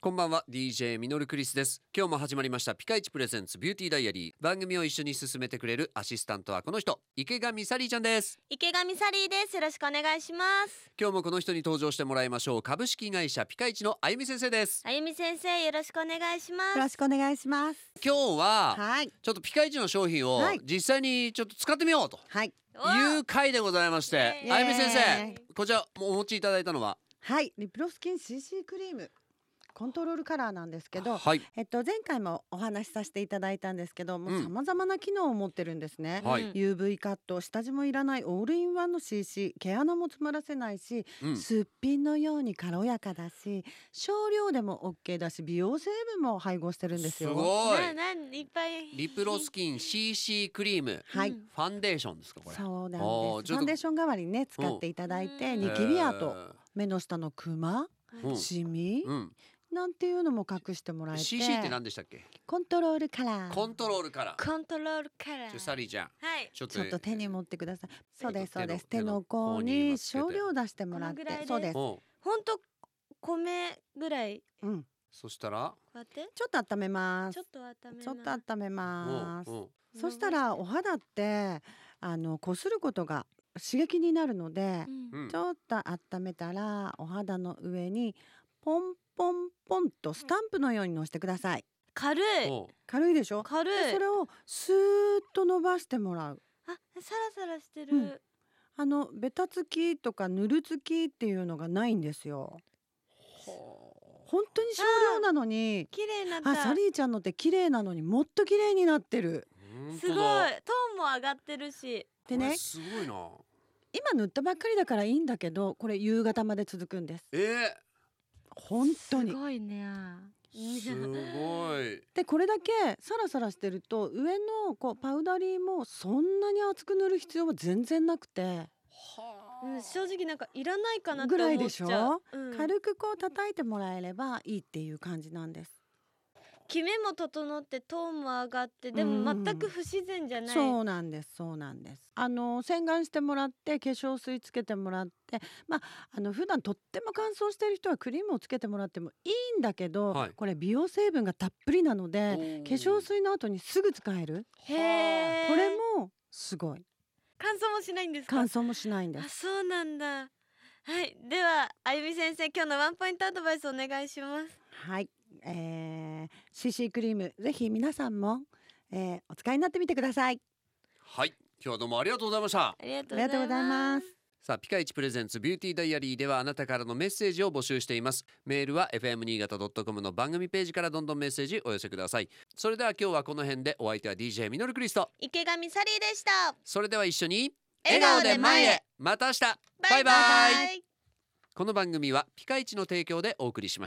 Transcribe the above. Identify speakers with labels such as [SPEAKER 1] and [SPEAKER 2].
[SPEAKER 1] こんばんは DJ ミノルクリスです今日も始まりましたピカイチプレゼンツビューティーダイアリー番組を一緒に進めてくれるアシスタントはこの人池上サリーちゃんです
[SPEAKER 2] 池上サリーですよろしくお願いします
[SPEAKER 1] 今日もこの人に登場してもらいましょう株式会社ピカイチのあゆみ先生です
[SPEAKER 2] あゆみ先生よろしくお願いしま
[SPEAKER 3] よろ
[SPEAKER 2] す
[SPEAKER 3] しくお願いします。
[SPEAKER 1] 今日は
[SPEAKER 3] はい。
[SPEAKER 1] ちょっとピカイチの商品を
[SPEAKER 3] はい
[SPEAKER 1] 実際にちょっと使ってみようと
[SPEAKER 3] はい。
[SPEAKER 1] いう回でございまして
[SPEAKER 2] イエーイ
[SPEAKER 1] あゆみ先
[SPEAKER 3] イエ
[SPEAKER 1] 生こちらお持ちいただいたのは
[SPEAKER 3] はい。リプロスキン CC クリーム。コントロールカラーなんですけど、
[SPEAKER 1] はい
[SPEAKER 3] えっと前回もお話しさせていただいたんですけど、も
[SPEAKER 1] う
[SPEAKER 3] うん様々な機能を持ってるんですね。
[SPEAKER 1] はい
[SPEAKER 2] うん
[SPEAKER 3] UV カット、下地もいらないオールインワンの CC、毛穴も詰まらせないし、
[SPEAKER 1] うん
[SPEAKER 3] すっぴんのように軽やかだし、少量でも OK だし、美容成分も配合してるんです
[SPEAKER 1] す
[SPEAKER 3] よ。
[SPEAKER 1] ごい
[SPEAKER 2] ななんいっぱい
[SPEAKER 1] リプロスキン CC クリーム
[SPEAKER 3] はい
[SPEAKER 2] うん
[SPEAKER 1] ファンデーションですかこれ
[SPEAKER 3] そうなん
[SPEAKER 1] あーち
[SPEAKER 3] です。
[SPEAKER 1] ょっと
[SPEAKER 3] ファンデーション代わりにね使っていただいて、
[SPEAKER 2] うん
[SPEAKER 3] ニキビ跡、
[SPEAKER 1] へ
[SPEAKER 3] 目の下のクマ、
[SPEAKER 1] ーうん
[SPEAKER 3] シミ、
[SPEAKER 1] うん
[SPEAKER 3] なんていうのも隠してもらえて
[SPEAKER 1] CC って何でしたっけ
[SPEAKER 3] コントロールカラー
[SPEAKER 1] コントロールからち
[SPEAKER 2] コントロールカラ
[SPEAKER 1] ょ
[SPEAKER 2] ー
[SPEAKER 1] サリーちゃん
[SPEAKER 2] はい
[SPEAKER 1] ちょっと
[SPEAKER 3] ちょっと手に持ってくださいそうです
[SPEAKER 1] 手
[SPEAKER 3] そ
[SPEAKER 1] の
[SPEAKER 3] うです
[SPEAKER 1] 手
[SPEAKER 3] 手
[SPEAKER 1] の
[SPEAKER 3] の甲
[SPEAKER 1] 甲に
[SPEAKER 3] に
[SPEAKER 1] つけて
[SPEAKER 3] 少量出してもらっ
[SPEAKER 2] こ
[SPEAKER 3] て
[SPEAKER 2] のぐらいで
[SPEAKER 3] そうです
[SPEAKER 1] うん
[SPEAKER 2] ほんと米ぐらい
[SPEAKER 3] うん
[SPEAKER 1] そしたら
[SPEAKER 2] こうやって
[SPEAKER 3] ちょっと温めま
[SPEAKER 2] ち
[SPEAKER 3] す
[SPEAKER 2] ょっと温め
[SPEAKER 3] ちょっと温めます
[SPEAKER 1] うんうん
[SPEAKER 3] そしたらお肌ってあのこすることが刺激になるので
[SPEAKER 2] う、ん
[SPEAKER 1] うん
[SPEAKER 3] ちょっと温めたらお肌の上にポンポンポンとスタンプのようにのしてください
[SPEAKER 2] 軽い
[SPEAKER 1] おう
[SPEAKER 3] 軽いでしょ
[SPEAKER 2] 軽
[SPEAKER 3] で
[SPEAKER 2] い
[SPEAKER 3] それをスーッと伸ばしてもらう
[SPEAKER 2] あサラサラして
[SPEAKER 3] うん
[SPEAKER 2] る
[SPEAKER 3] あのベタつきとかぬるつきっていうのがないんですよ。本当に少量なのに、
[SPEAKER 2] 綺麗になった
[SPEAKER 3] あサリーちゃんのって綺麗なのにもっと綺麗になってる。
[SPEAKER 1] ほん
[SPEAKER 2] す
[SPEAKER 1] と
[SPEAKER 2] ごいト
[SPEAKER 1] だ
[SPEAKER 2] ーンも上がってるし
[SPEAKER 3] で
[SPEAKER 1] こ
[SPEAKER 3] ね
[SPEAKER 1] れ、すごいな
[SPEAKER 3] 今塗ったばっかりだからいいんだけど、これ夕方まで続くんです。
[SPEAKER 1] えー
[SPEAKER 3] 本当に
[SPEAKER 2] す。ごいね
[SPEAKER 1] すごい
[SPEAKER 3] でこれだけサラサラしてると上のこうパウダリーもそんなに厚く塗る必要は全然なくて、
[SPEAKER 1] はあ
[SPEAKER 2] うん正直なんかいらないかなって思っちゃう
[SPEAKER 3] ぐらいでしょ、
[SPEAKER 2] うん
[SPEAKER 3] 軽くこう叩いてもらえればいいっていう感じなんです。
[SPEAKER 2] キメも整ってトーンも上がってでも
[SPEAKER 3] うん
[SPEAKER 2] 全く不自然じゃない、
[SPEAKER 3] そうなんですそうなんですあの洗顔してもらって化粧水つけてもらってまああの普段とっても乾燥してる人はクリームをつけてもらってもいいんだけど、
[SPEAKER 1] はい
[SPEAKER 3] これ美容成分がたっぷりなの
[SPEAKER 1] お
[SPEAKER 3] で
[SPEAKER 1] う
[SPEAKER 3] 化粧水の後にすぐ使える
[SPEAKER 2] へえ
[SPEAKER 3] これもすごい
[SPEAKER 2] 乾燥もしないんですか
[SPEAKER 3] 乾燥もしないんで
[SPEAKER 2] あ
[SPEAKER 3] す
[SPEAKER 2] そうなんだはいではあゆみ先生今日のワンポイントアドバイスお願いします
[SPEAKER 3] はい、えー、CC クリームぜひ皆さんも、えーお使いになってみてください
[SPEAKER 1] はい今日はどうもありがとうございました
[SPEAKER 2] ありがと
[SPEAKER 3] あ
[SPEAKER 2] うご
[SPEAKER 3] りが
[SPEAKER 2] ざ
[SPEAKER 3] とう
[SPEAKER 2] い
[SPEAKER 3] ございま
[SPEAKER 2] ます
[SPEAKER 3] す
[SPEAKER 1] さあピカイチプレゼンツビューティーダイアリーではあなたからのメッセージを募集していますメールは fm 新潟 .com の番組ページからどんどんメッセージお寄せくださいそれでは今日はこの辺でお相手は DJ ミノルクリスト
[SPEAKER 2] 池上サリーでした
[SPEAKER 1] それでは一緒に
[SPEAKER 2] 笑顔で前へ
[SPEAKER 1] また明日
[SPEAKER 2] バイバイ
[SPEAKER 1] バイバイこの番組はピカイチの提供でお送りしました